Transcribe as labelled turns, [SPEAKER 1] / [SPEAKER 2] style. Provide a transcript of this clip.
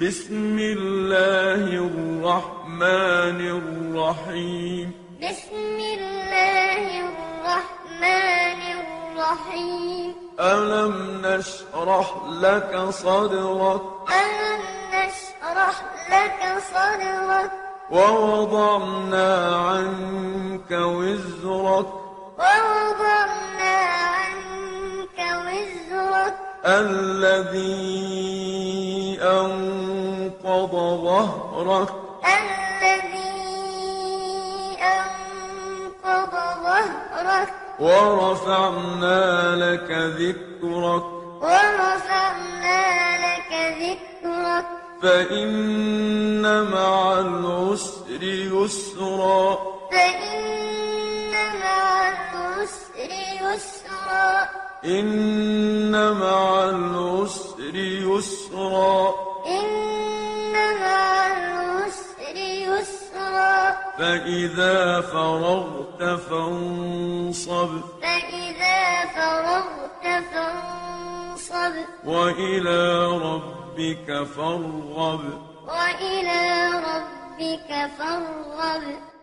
[SPEAKER 1] بسم الله الرحمن الرحيم
[SPEAKER 2] بسم الله الرحمن الرحيم
[SPEAKER 1] ألم نشرح لك صدرك
[SPEAKER 2] ألم نشرح لك صدرك
[SPEAKER 1] ووضعنا عنك وزرك
[SPEAKER 2] ووضعنا عنك وزرك الذي
[SPEAKER 1] أنقض ظهرك
[SPEAKER 2] الذي أنقض ظهرك
[SPEAKER 1] ورفعنا لك ذكرك
[SPEAKER 2] ورفعنا لك ذكرك
[SPEAKER 1] فإن مع العسر يسرا
[SPEAKER 2] فإن مع العسر يسرا
[SPEAKER 1] إن مع العسر يسرا
[SPEAKER 2] إن مع العسر يسرا
[SPEAKER 1] فإذا فرغت فانصب
[SPEAKER 2] فإذا فرغت فانصب
[SPEAKER 1] وإلى ربك فارغب
[SPEAKER 2] وإلى ربك فارغب